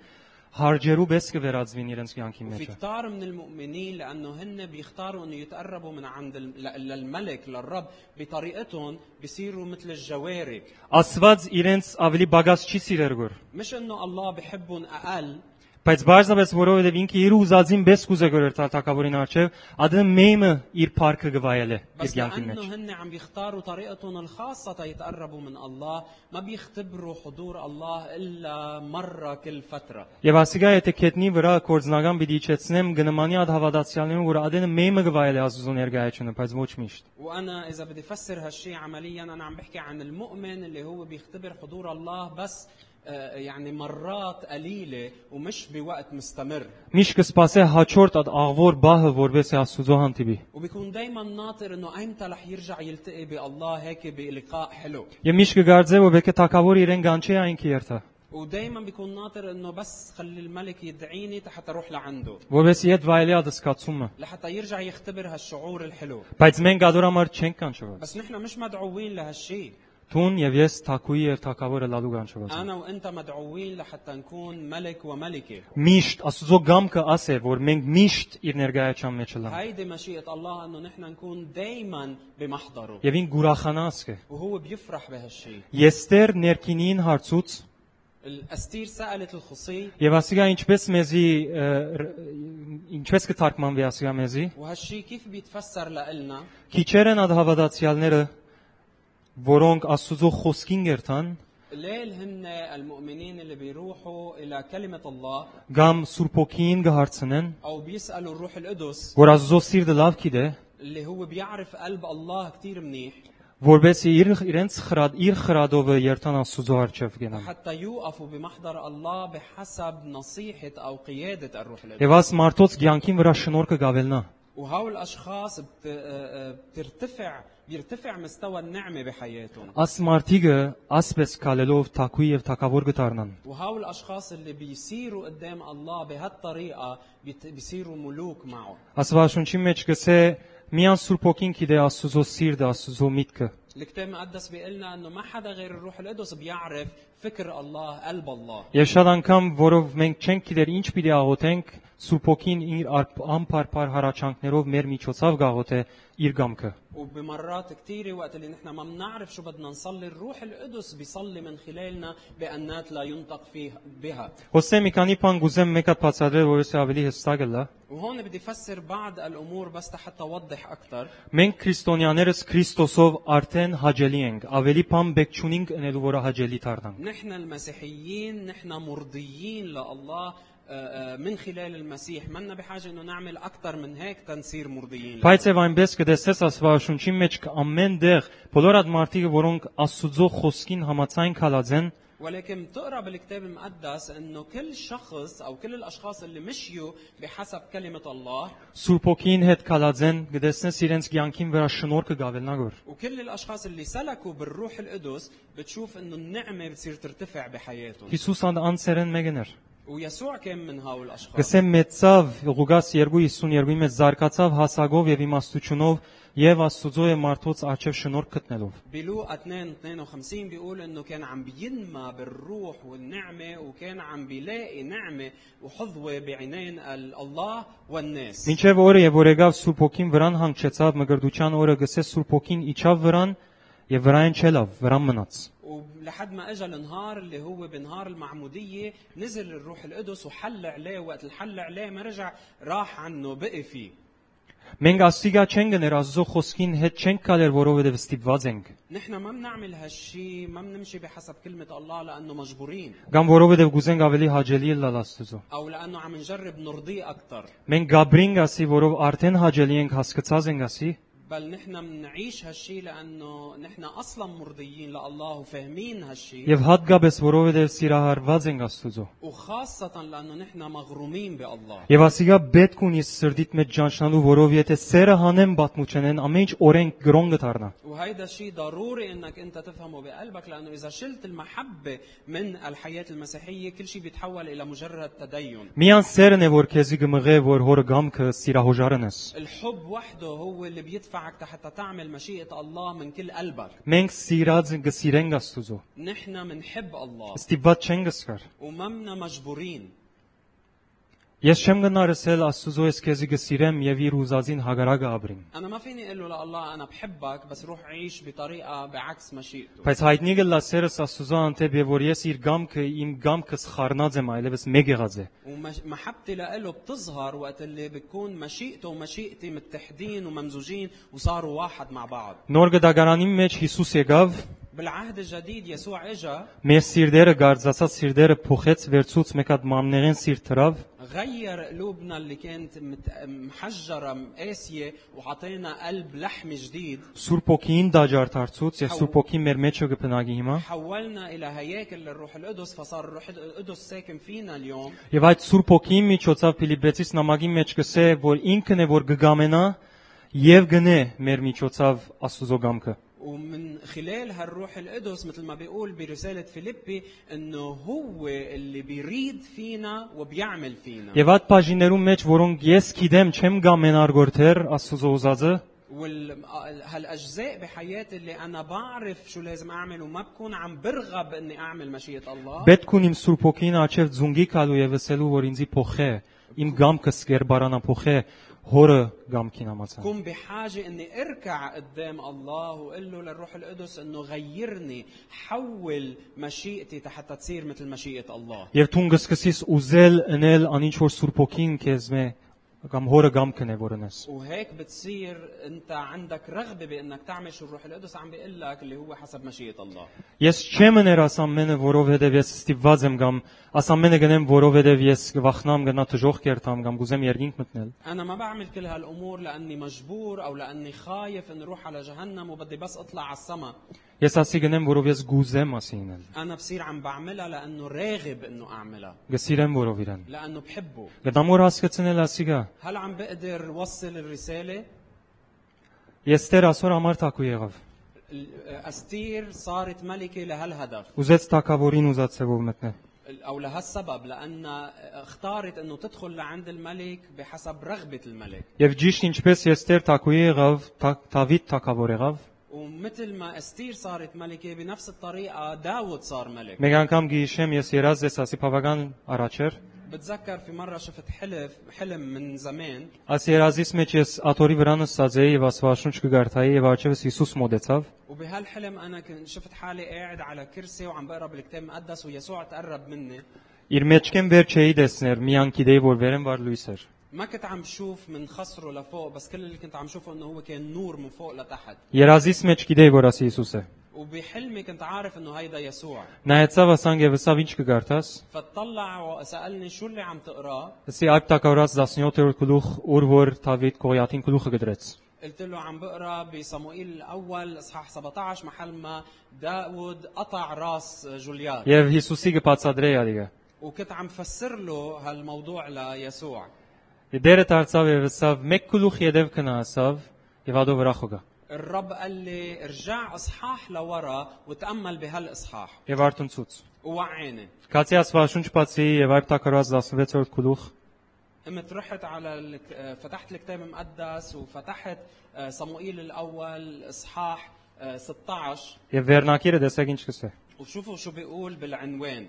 S1: հարջերու բես կվերածվին իրենց կյանքի
S2: وفي
S1: մեջ։
S2: كتار من المؤمنين لأنه هن بيختاروا أنه يتقربوا من عند ال- ل- للملك للرب بطريقتهم بيصيروا مثل الجواري
S1: Աստված իրենց ավելի բագած չի սիրեր գոր,
S2: مش انه الله بحبهم اقل
S1: բայց բարձրապես որովհետեւ ինքը իր ուզածին բես կուզե գերտա թակավորին արչեւ, ադը մեմը իր парքը գվայել է իր
S2: بس
S1: կյանքի մեջ։
S2: لانه هن عم بيختاروا طريقتهم الخاصه تيتقربوا من الله ما بيختبروا حضور الله الا مره كل فتره
S1: Եվ ասիկա եթե կետնի վրա կորձնական պիտի իջեցնեմ գնմանի ադը հավատացյալներին, որ ադենը մեմը գվայել է Աստուծո ներգայությունը, բայց ոչ միշտ։
S2: وانا اذا بدي افسر هالشيء عمليا انا عم بحكي عن المؤمن اللي هو بيختبر حضور الله بس آه، يعني مرات قليله ومش بوقت مستمر
S1: Միշտ կսպասե հաջորդ այդ աղվոր բահը, որովհետեւ Աստուծո հանդիպի։
S2: وبيكون دائما ناطر انه ايمتى رح يرجع يلتقي بالله هيك بلقاء حلو
S1: Եվ միշտ կգարձե, որ պետք է թակավոր իրեն գանչի այնքի երթա,
S2: ودائما بيكون ناطر انه بس خلي الملك يدعيني حتى اروح لعنده
S1: որովհետեւ իդ վայելի այդ սկացումը։
S2: لحتى يرجع يختبر هالشعور الحلو
S1: Բայց մենք գադոր համար չենք կանչված։
S2: بس نحن مش مدعوين لهالشيء
S1: Տուն եւ ես թակուի եւ թակավորը լալու կանչված։ եմ։
S2: انا وانت مدعوين لحتى نكون ملك وملكه
S1: Միշտ Աստուծո գամքը ասե, որ մենք միշտ իր ներգայացան մեջ լանք։
S2: هيدي مشيئه الله انه نحن نكون دائما بمحضره
S1: Եվ ինք գուրախանասք է։
S2: وهو بيفرح بهالشيء
S1: Եստեր ներքինին հարցուց
S2: الاستير سالت الخصي
S1: եւ ասիկա ինչպես մեզի ը, ր- ինչպես կթարգմանվի ասիկա մեզի։
S2: وهالشيء كيف بيتفسر لنا
S1: Քիչերն ադհ հավատացյալները, որոնք Աստուծո խոսքին երթան,
S2: ليل هن المؤمنين اللي بيروحوا الى كلمه الله
S1: կամ Սուրբոքին գհարցնեն,
S2: او بيسالوا الروح القدس
S1: որ Աստծո սիրտը լավ գիտե,
S2: اللي هو بيعرف قلب الله كثير منيح
S1: որբես իր իրենց խրադ իր խրադովը երթան Աստծո արչև գնան։
S2: حتى يوقفوا بمحضر الله بحسب نصيحة أو قيادة الروح القدس
S1: Եվ աս մարդոց ցանկին վրա շնորհը գավելնա։
S2: وهول الأشخاص بت- آه، آه، بترتفع بيرتفع مستوى النعمة بحياتهم
S1: Աս մարդիկը ասպես կալելով թակուի եւ թակավոր գտարնան։
S2: وهول الأشخاص اللي بيسيروا قدام الله بهالطريقة بيت- بيصيروا ملوك معه
S1: Աստվածաշունչի մեջ գսե միան Սուրբոքին գիտե Աստծո սիրտը, Աստծո միտքը։
S2: الكتاب المقدس بيقول لنا انه ما حدا غير الروح القدس بيعرف فكر الله قلب الله
S1: Եվ շատ անգամ որով մենք չենք գիտեր ինչ պիտի աղոթենք, Սուրբոքին իր արփ- անփարփար հարաճանքներով մեր միջոցով գաղոթե իր գամքը։
S2: وبمرات كثيرة وقت اللي نحن ما بنعرف شو بدنا نصلي الروح القدس بيصلي من خلالنا بأنات لا ينطق فيها بها
S1: Հոսե մի քանի բան գուզեմ մեկը բացատրել, որովհետեւ ավելի հստակ հա։ է լա։
S2: وهون بدي افسر بعض الامور بس حتى اوضح اكثر
S1: Մենք քրիստոնյաներս Քրիստոսով արդեն հաջելի ենք, ավելի բան բեք չունենք ընելու, որը հաջելի դառնանք։
S2: نحن المسيحيين نحن مرضيين لله آه، آه، من خلال المسيح منا بحاجه انه نعمل اكثر من هيك تنصير مرضيين له.
S1: Բայց եւ այնպես կդեսես Աստվածաշունչի մեջ կ- ամենտեղ բոլոր այդ մարդիկ, որոնք Աստուծո խոսքին համաձայն քալած են,
S2: ولكن بتقرا بالكتاب المقدس انه كل شخص او كل الاشخاص اللي مشيوا بحسب كلمه الله
S1: Սուրբոքին հետ քալած են, կդեսնես իրենց ցանկին վրա շնորհը գավելնագոր։
S2: وكل الاشخاص اللي سلكوا بالروح القدس بتشوف انه النعمه بتصير ترتفع بحياتهم
S1: Հիսուս անցերեն մեկներ։
S2: ويسوع كان من هؤلاء الاشخاص
S1: Գսեմ մեծավ Ղուկաս 2:52-ի մեջ զարգացավ հասակով եւ իմաստությունով եւ Աստուծո է մարդոց աչեւ շնորհ գտնելով։
S2: بلوقا 2 52 بيقول انه كان عم بينمى بالروح والنعمه وكان عم بيلاقي نعمه وحظوه بعينين ال- الله والناس
S1: Մինչև օրը եւ որ եկավ Սուրբ Օքին վրան հանգչեցավ մգրդության օրը գսես Սուրբ Օքին իջավ վրան եւ վրան չելավ, վրան մնաց։
S2: ولحد ما اجى النهار اللي هو بنهار المعموديه نزل الروح القدس وحل عليه وقت الحل عليه ما رجع راح عنه بقي فيه
S1: Մենք աստիգա չենք գներ Աստծո խոսքին հետ չենք գալեր, որովհետեւ ստիպված ենք։
S2: نحن ما بنعمل هالشي ما بنمشي بحسب كلمه الله لانه مجبورين
S1: Կամ որովհետև գուզենք ավելի հաջելի լալ Աստծո։
S2: او لانه عم نجرب نرضيه اكثر
S1: Մենք Գաբրինգ ասի, որով արդեն հաջելի ենք հասկացած ենք ասի,
S2: بل نحن بنعيش هالشي لانه نحن اصلا مرضيين لله وفاهمين هالشي
S1: եւ հատկապես որովհետև սիրահարված ենք Աստծո։
S2: وخاصة لأنه نحن مغرومين بالله
S1: Եվ ասիգա պետք ունի սրդիտ մեջ ճանչնալու, որով եթե սերը հանեմ բաթմուչենեն, ամեն ինչ օրենք գրոն գդառնա։
S2: وهيدا شيء ضروري انك انت تفهمه بقلبك لانه اذا شلت المحبة من الحياة المسيحية كل شيء بيتحول الى مجرد تدين
S1: Միան սերն է, որ քեզի գմղե, որ հորը գամքը սիրահոժարնես։
S2: الحب وحده هو اللي بيدفعك حتى تعمل مشيئة الله من كل قلبك
S1: Մենք սիրած գսիրենք Աստուծո։
S2: نحن منحب الله
S1: Ստիպված չենք գսկար։
S2: وما منا مجبورين
S1: Ես չեմ գնարսել Աստուծո ես քեզի գսիրեմ եւ իր ուզածին հագարագը ապրիմ։
S2: انا ما فيني اقول له لله انا بحبك بس روح عيش بطريقة بعكس مشيئته
S1: Բայց հայտնի գլա սերս Աստուծո անտեպ եւ որ ես իր գամքը, իմ գամքս խառնած եմ, այլևս մեկ եղած է։
S2: ومحبتي له بتظهر وقت اللي بتكون مشيئته ومشيئتي متحدين وممزوجين وصاروا واحد مع بعض
S1: Նոր գդագարանի մեջ Հիսուս եկավ,
S2: بالعهد الجديد يسوع اجى
S1: մեր սիրտերը գարձացած սիրտերը փոխեց վերցուց մեկ հատ մամնեղեն սիրտ տրավ
S2: غير قلوبنا اللي كانت مت- محجرة قاسية وعطينا قلب لحم جديد
S1: Սուրբ ոգին դաջարտարծուց եւ Սուրբ ոգին մեր մեջը կփնագի հիմա
S2: حولنا إلى هياكل للروح القدس فصار الروح القدس ساكن فينا اليوم
S1: եւ այդ Սուրբ ոգին միջոցով Ֆիլիպեցիս նամակի մեջ կսե որ ինքն է որ գգամենա եւ գնե մեր միջոցով Աստուծո գամքը
S2: ومن خلال هالروح القدس مثل ما بيقول برسالة فيليبي انه هو اللي بيريد فينا وبيعمل فينا
S1: եւ այդ բաժիներում մեջ որոնք ես գիտեմ չեմ գամենար գործեր Աստուծո ուզածը
S2: وهالاجزاء بحياتي اللي انا بعرف شو لازم اعمل وما بكون عم برغب اني اعمل مشيئه الله
S1: պետք ունիմ Սուրբ ոգին աչեւ ձունգի կալու եւ ասելու որ ինձի փոխե իմ գամքը սկերբարանա փոխե հորը գամքին համացան
S2: كون بحاجه اني اركع قدام الله واقول له للروح القدس انه غيرني حول مشيئتي حتى تصير مثل مشيئه الله
S1: Եվ դու գսկսես ուզել ընել անինչ որ Սուրբ ոգին քեզ մե կամ հորը գամքն է որնես։
S2: وهيك بتصير انت عندك رغبه بانك تعمل شو الروح القدس عم بيقول لك اللي هو حسب مشيئه الله
S1: Ես չեմ ըներ աս ամենը, որովհետև ես ստիպված եմ կամ աս ամենը գնեմ, որովհետև ես վախնամ գնա դժող կերտամ կամ գուզեմ երկինք մտնել։
S2: انا ما بعمل كل هالامور لاني مجبور او لاني خايف اني اروح على جهنم وبدي بس اطلع على السما
S1: Ես ասի գնեմ, որով ես գուզեմ ասի ինել։
S2: انا بصير عم بعملها لانه راغب انه اعملها
S1: Գսիրեմ որով իրան։
S2: لانه بحبه
S1: Գտամ որ հասկացնել ասի գա։
S2: هل عم بقدر وصل الرساله
S1: Ես Տեր ասոր համար տակու եղավ։
S2: ال- استير صارت ملكه لهالهدف
S1: Ուզեց տակավորին ուզածեվով մտնել։
S2: ال- او لهالسبب لان اختارت انه تدخل لعند الملك بحسب رغبه الملك
S1: Եվ ճիշտ ինչպես ես Տեր տակուի եղավ, Թա- Դավիթ տակավոր եղավ։
S2: ومثل ما استير صارت ملكه بنفس الطريقه داود صار ملك
S1: Մեկ անգամ գիշեմ ես երազ ես ասի բավական առաջեր
S2: بتذكر في مره شفت حلف حلم من زمان
S1: Այս երազից մեջ ես աթորի վրանը ստած էի եւ աստվածաշունչ կգարթայի եւ արջևս Հիսուս մոտեցավ
S2: وبهالحلم انا كنت شفت حالي قاعد على كرسي وعم بقرا بالكتاب المقدس ويسوع تقرب مني
S1: իր մեջքեմ վեր չէի տեսներ միան գիտեի որ վերեմ վար լույս էր
S2: ما كنت عم شوف من خصره لفوق بس كل اللي كنت عم شوفه انه هو كان نور من فوق لتحت
S1: երազից մեջ գիտեի որ ասի Հիսուս է
S2: وبحلمي كنت عارف انه هيدا يسوع
S1: նայեցավ ասանգ եւ ասավ ինչ կգարթաս
S2: فتطلع وسالني شو اللي عم تقراه
S1: ասի այդ տակավորած 17-րդ գլուխ ուր որ Դավիթ Գողիաթին գլուխը գդրեց
S2: قلت له عم بقرا بصموئيل الاول اصحاح 17 محل ما داود قطع راس جوليار
S1: եւ Հիսուսի կբացադրեի ալիգա
S2: وكنت عم فسر له هالموضوع ليسوع
S1: դերը դարձավ եւ ասավ մեկ գլուխ յետև կնա ասավ եւ ադո վրա խոգա
S2: الرب قال لي ارجع اصحاح لورا وتامل بهالاصحاح
S1: եւ արտնցուց։
S2: ووعاني
S1: Կացի Աստվածաշունչ բացի եւ այբ տակարած 16-րդ գլուխ
S2: قمت رحت على الك- آه، فتحت الكتاب المقدس وفتحت آه، صموئيل الاول اصحاح آه، 16
S1: եւ վերնակիրը դեսեք ինչ կսե։
S2: وشوفوا شو بيقول بالعنوان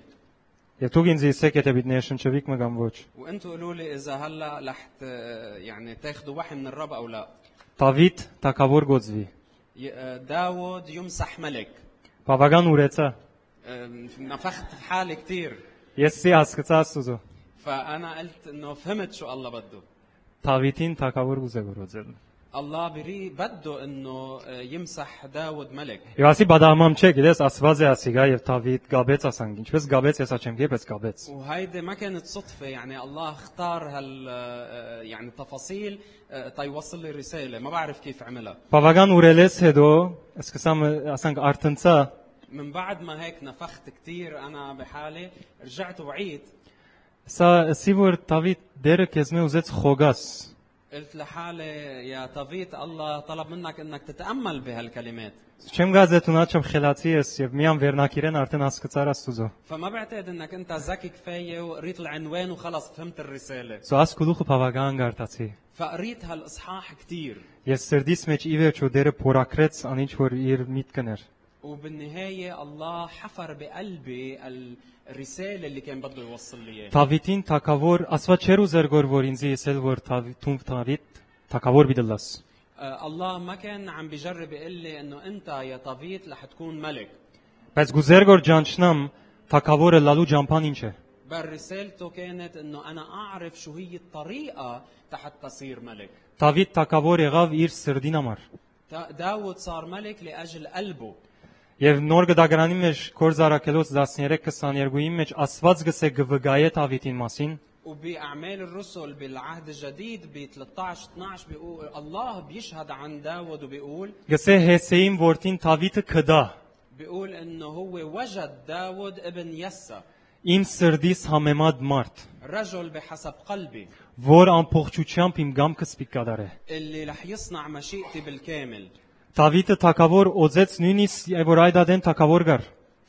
S1: Եվ դուք ինձ իսեք եթե բիտնե շնչվիկ մը կամ ոչ։
S2: وانتوا قولوا لي اذا هلا رح ت- يعني تاخذوا وحي من الرب او لا
S1: Դավիթ Թագավոր գոծվի։
S2: ي- آه، داود يمسح ملك
S1: Բավական ուրեցա։
S2: آه، نفخت في حالي كثير
S1: Ես սի հասկացա Աստուծո։
S2: فانا قلت انه فهمت شو الله بده
S1: Դավիթին Թագավոր գուզեգորոծել։
S2: الله بري بده انه آه، يمسح داود ملك
S1: Եվ ասի բադամամ չէ, գիտես Աստված է ասի գա եւ Դավիթ գաբեց ասանք, ինչպես գաբեց ես աչեմ, եպես գաբեց։
S2: وهيدي ما كانت صدفة يعني الله اختار هال آه، يعني تفاصيل آه، تيوصل لي رسالة ما بعرف كيف عملها
S1: Բավական ուրելես հետո սկսամ ասանք արտնցա
S2: من بعد ما هيك نفخت كثير انا بحالي رجعت وعيت
S1: սա սիվոր Դավիթ դերը քեզ մե ուզեց խոգաս
S2: قلت لحالي يا طبيت الله طلب منك انك تتامل بهالكلمات
S1: Չեմ գազետունա չեմ խելացի ես եւ միան վերնակիրեն արդեն հասկացար աստուծո
S2: فما بعتقد انك انت ذكي كفايه وقريت العنوان وخلص فهمت الرساله
S1: Սո աս գլուխը բավական գարտացի
S2: فقريت هالاصحاح كثير
S1: Ես սրդիս մեջ ի վերջո դերը փորակրեց ան ինչ որ իր միտքն էր
S2: وبالنهايه الله حفر بقلبي الرساله اللي كان بده يوصل لي اياها
S1: Դավիթին թակավոր Աստված չեր ուզեր գոր որ ինձ եսել որ Թում Դավիթ թակավոր բիդլաս
S2: آه، الله ما كان عم بجرب يقول لي انه انت يا طبيت رح تكون ملك
S1: Բայց գուզեր գոր ջանչնամ թակավորը լալու ջամփան ինչ է
S2: بل رسالته كانت انه انا اعرف شو هي الطريقه تحت تصير ملك
S1: Դավիթ թակավոր եղավ իր սրդին համար
S2: تا- داود صار ملك لاجل قلبه
S1: Եվ նոր գդագրանի մեջ կորզարակելոց 13:22-ի մեջ Աստված գսե գվգայե Դավիթին մասին,
S2: وباعمال الرسل بالعهد الجديد ب 13 12 بيقول الله بيشهد عن داود وبيقول
S1: գսե Հեսեին որդին Դավիթը քդա,
S2: بيقول انه هو وجد داود ابن يسا
S1: իմ սրդիս համեմատ մարդ,
S2: رجل بحسب قلبي
S1: որ ամփոխչությամբ իմ գամքը սպիկադարե։
S2: اللي رح يصنع مشيئتي بالكامل
S1: Դավիթը թակավոր օծեց նույնիսկ այ որ այդ ադեն թակավոր գար։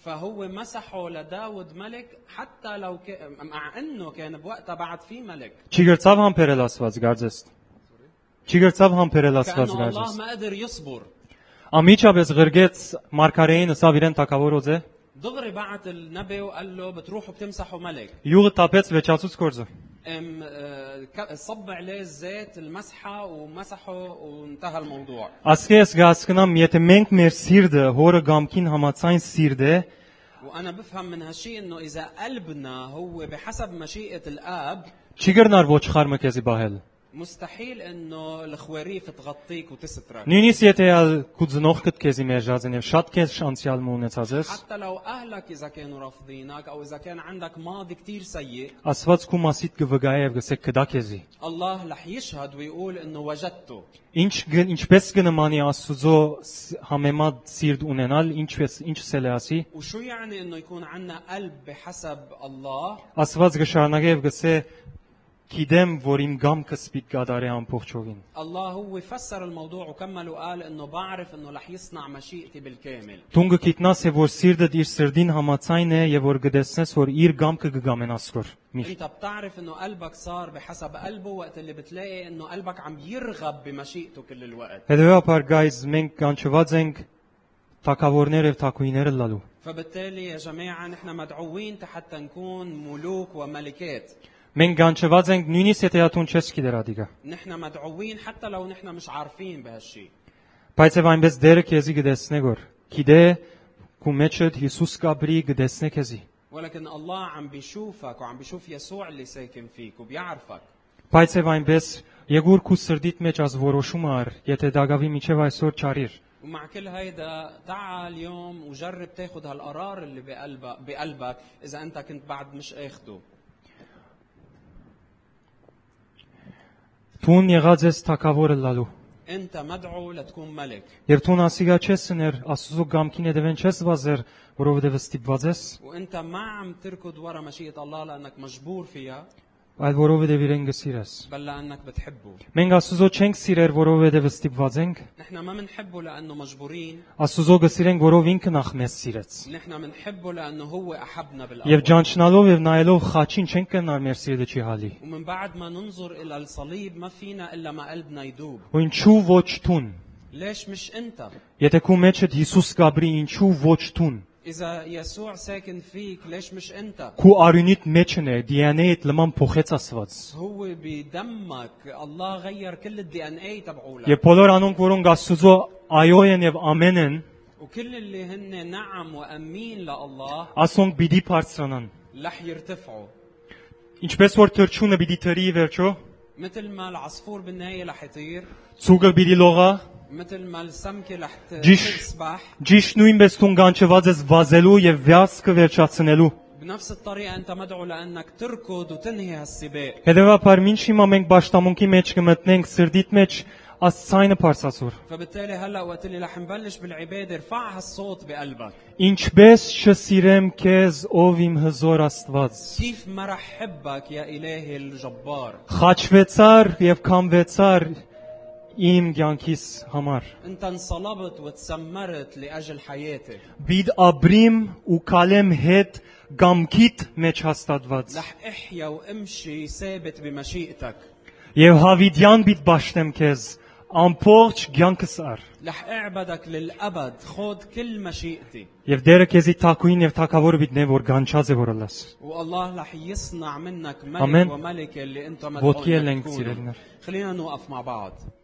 S2: فهو مسحه لداود ملك حتى لو ك... مع انه كان بوقتها بعد في ملك
S1: Չի գրծավ համբերել Աստված գարձես։ Չի գրծավ համբերել Աստված
S2: كانه الله
S1: գարձես։
S2: ما قدر يصبر
S1: Ամիջապես գրգեց մարգարեին ասավ իրեն թակավոր օծե։
S2: دغري بعت النبي وقال له بتروحوا بتمسحوا ملك
S1: Յուղը տապեց վեճացուց կորզը։
S2: ام آه، ك- صب عليه الزيت المسحه ومسحه وانتهى الموضوع
S1: Ասկես գասկնամ, եթե մենք մեր սիրտը հորը գամքին համացայն սիրտ է,
S2: وانا بفهم من هالشيء انه اذا قلبنا هو بحسب مشيئه الاب
S1: չի գրնար ոչխար մկեզի բահել։
S2: مستحيل انه الخواريف تغطيك وتسترك
S1: Նույնիսկ եթե ալ կուզնող կդ կեզի մեջազեն եւ շատ քեզ շանցիալ մունեցած ես,
S2: حتى لو اهلك اذا كانوا رافضينك او اذا كان عندك ماضي كتير سيء
S1: Աստված քու մասիդ կվգայա եւ գսեք կդա քեզի։
S2: الله رح يشهد ويقول انه وجدته
S1: Ինչ գն- ինչպես կնմանի Աստուծո ս- համեմատ սիրտ ունենալ, ինչպես ինչ սելեասի,
S2: وشو يعني انه يكون عندنا قلب بحسب الله
S1: Աստված գշարնագե եւ գսե գիտեմ, որ իմ գամքը սպիտ գադարե ամբողջովին։
S2: الله هو فسر الموضوع وكمل وقال انه بعرف انه رح يصنع مشيئتي بالكامل
S1: Դունգը գիտնաս է որ սիրտդ իր սրդին համացայն է եւ որ գտեսնես որ իր գամքը կգամեն Աստուր։ Միշտ
S2: انت بتعرف انه قلبك صار بحسب قلبه وقت اللي بتلاقي انه قلبك عم يرغب بمشيئته كل الوقت
S1: Հետևաբար guys մենք կանչված ենք թակավորներ եւ թակուիները լալու։
S2: فبالتالي يا جماعة نحن مدعوين حتى نكون ملوك وملكات
S1: Մենք կանչված ենք նույնիսկ եթե ատուն չես գիտեր ադիգա։
S2: نحن مدعوين حتى لو نحن مش عارفين بهالشيء
S1: Բայց եւ այնպես դերը քեզի գտեսնե գոր։ Գիտե քու մեջդ Հիսուս կաբրի գտեսնե քեզի։
S2: ولكن الله عم بيشوفك وعم بيشوف يسوع اللي ساكن فيك وبيعرفك
S1: Բայց եւ այնպես Եգուր քու սրդիդ մեջ աս որոշումը ար, եթե դագավի միջև այսօր չարիր։
S2: ومع كل هيدا تعال اليوم وجرب تاخد هالقرار اللي بقلبك بقلبك اذا انت كنت بعد مش اخده
S1: Տուն եղած ես թակավորը լալու։
S2: انت مدعو لتكون ملك
S1: Եվ տուն ասիգա չես սներ, Աստուծո գամքին հետևեն չես վազեր, որովհետեւ ստիպված ես,
S2: وانت ما عم تركض ورا مشيئه الله لانك مجبور فيها
S1: Այդ որովհետև իրեն գսիրես։
S2: بل لأنك بتحبه
S1: Մենք Աստուծո չենք սիրեր, որովհետև ստիպված ենք։
S2: نحن ما بنحبه لأنه مجبورين
S1: Աստուծո գսիրենք, որով ինքն ախ մեզ սիրեց։
S2: نحن بنحبه لأنه هو أحبنا
S1: Եվ
S2: بالأول
S1: ջանչնալով եւ նայելով խաչին չենք կնար մեր սիրտը չի հալի։
S2: ومن بعد ما ننظر إلى الصليب ما فينا إلا ما قلبنا يدوب
S1: Ու ինչու ոչ տուն։
S2: ليش مش أنت
S1: Եթե քու մեջդ Հիսուս գաբրի ինչու ոչ տուն։
S2: إذا يسوع ساكن فيك ليش مش أنت
S1: Քու արյունիդ մեջն է, DNA-դ լման փոխեց Աստված։
S2: هو بدمك الله غير كل الدي ان اي تبعولك
S1: Եվ բոլոր անոնք, որոնք Աստուծո այո են եւ ամեն են,
S2: وكل اللي هن نعم وامين لله
S1: ասոնք պիտի բարձրանան։
S2: رح يرتفعوا
S1: Ինչպես որ թրջունը պիտի թրի ի վերջո,
S2: مثل ما العصفور بالنهايه رح يطير
S1: ցուգը պիտի լողա,
S2: مثل ما السمكه رح ت-
S1: جيش.
S2: تسبح
S1: ճիշտ նույնպես տուն կանչված ես վազելու եւ վյասկը վերջացնելու։
S2: بنفس الطريقه انت مدعو لانك تركض وتنهي هالسباق
S1: Հետևաբար ինչ հիմա մենք աշտամունքի մեջ կմտնենք սրդիտ մեջ աստծայինը բարձրացուր։
S2: فبالتالي هلا وقت اللي رح نبلش بالعباده ارفع هالصوت بقلبك
S1: Ինչպես չսիրեմ քեզ, ով իմ հզոր Աստված։
S2: كيف ما رح حبك يا الهي الجبار
S1: Խաչվեցար եւ քամվեցար իմ ցանկիս համար։
S2: انت انصلبت وتسمرت لاجل حياتي
S1: Բիդ աբրիմ ու կալեմ հետ գամքիտ մեջ հաստատված։
S2: رح احيا وامشي ثابت بمشيئتك
S1: Եվ հավիդյան բիդ ճաշտեմ քեզ, ամբողջ ցանկս ար։
S2: رح اعبدك للابد خذ كل مشيئتي
S1: Եվ դերը քեզի թակուին եւ թակավորը բիդ նե որ գանչած է որըլաս։
S2: والله رح يصنع منك ملك
S1: آمين.
S2: وملكه اللي انت
S1: وكيل
S2: مدعو
S1: لنك
S2: إنك تكونه.
S1: سيدنا.
S2: خلينا نوقف مع بعض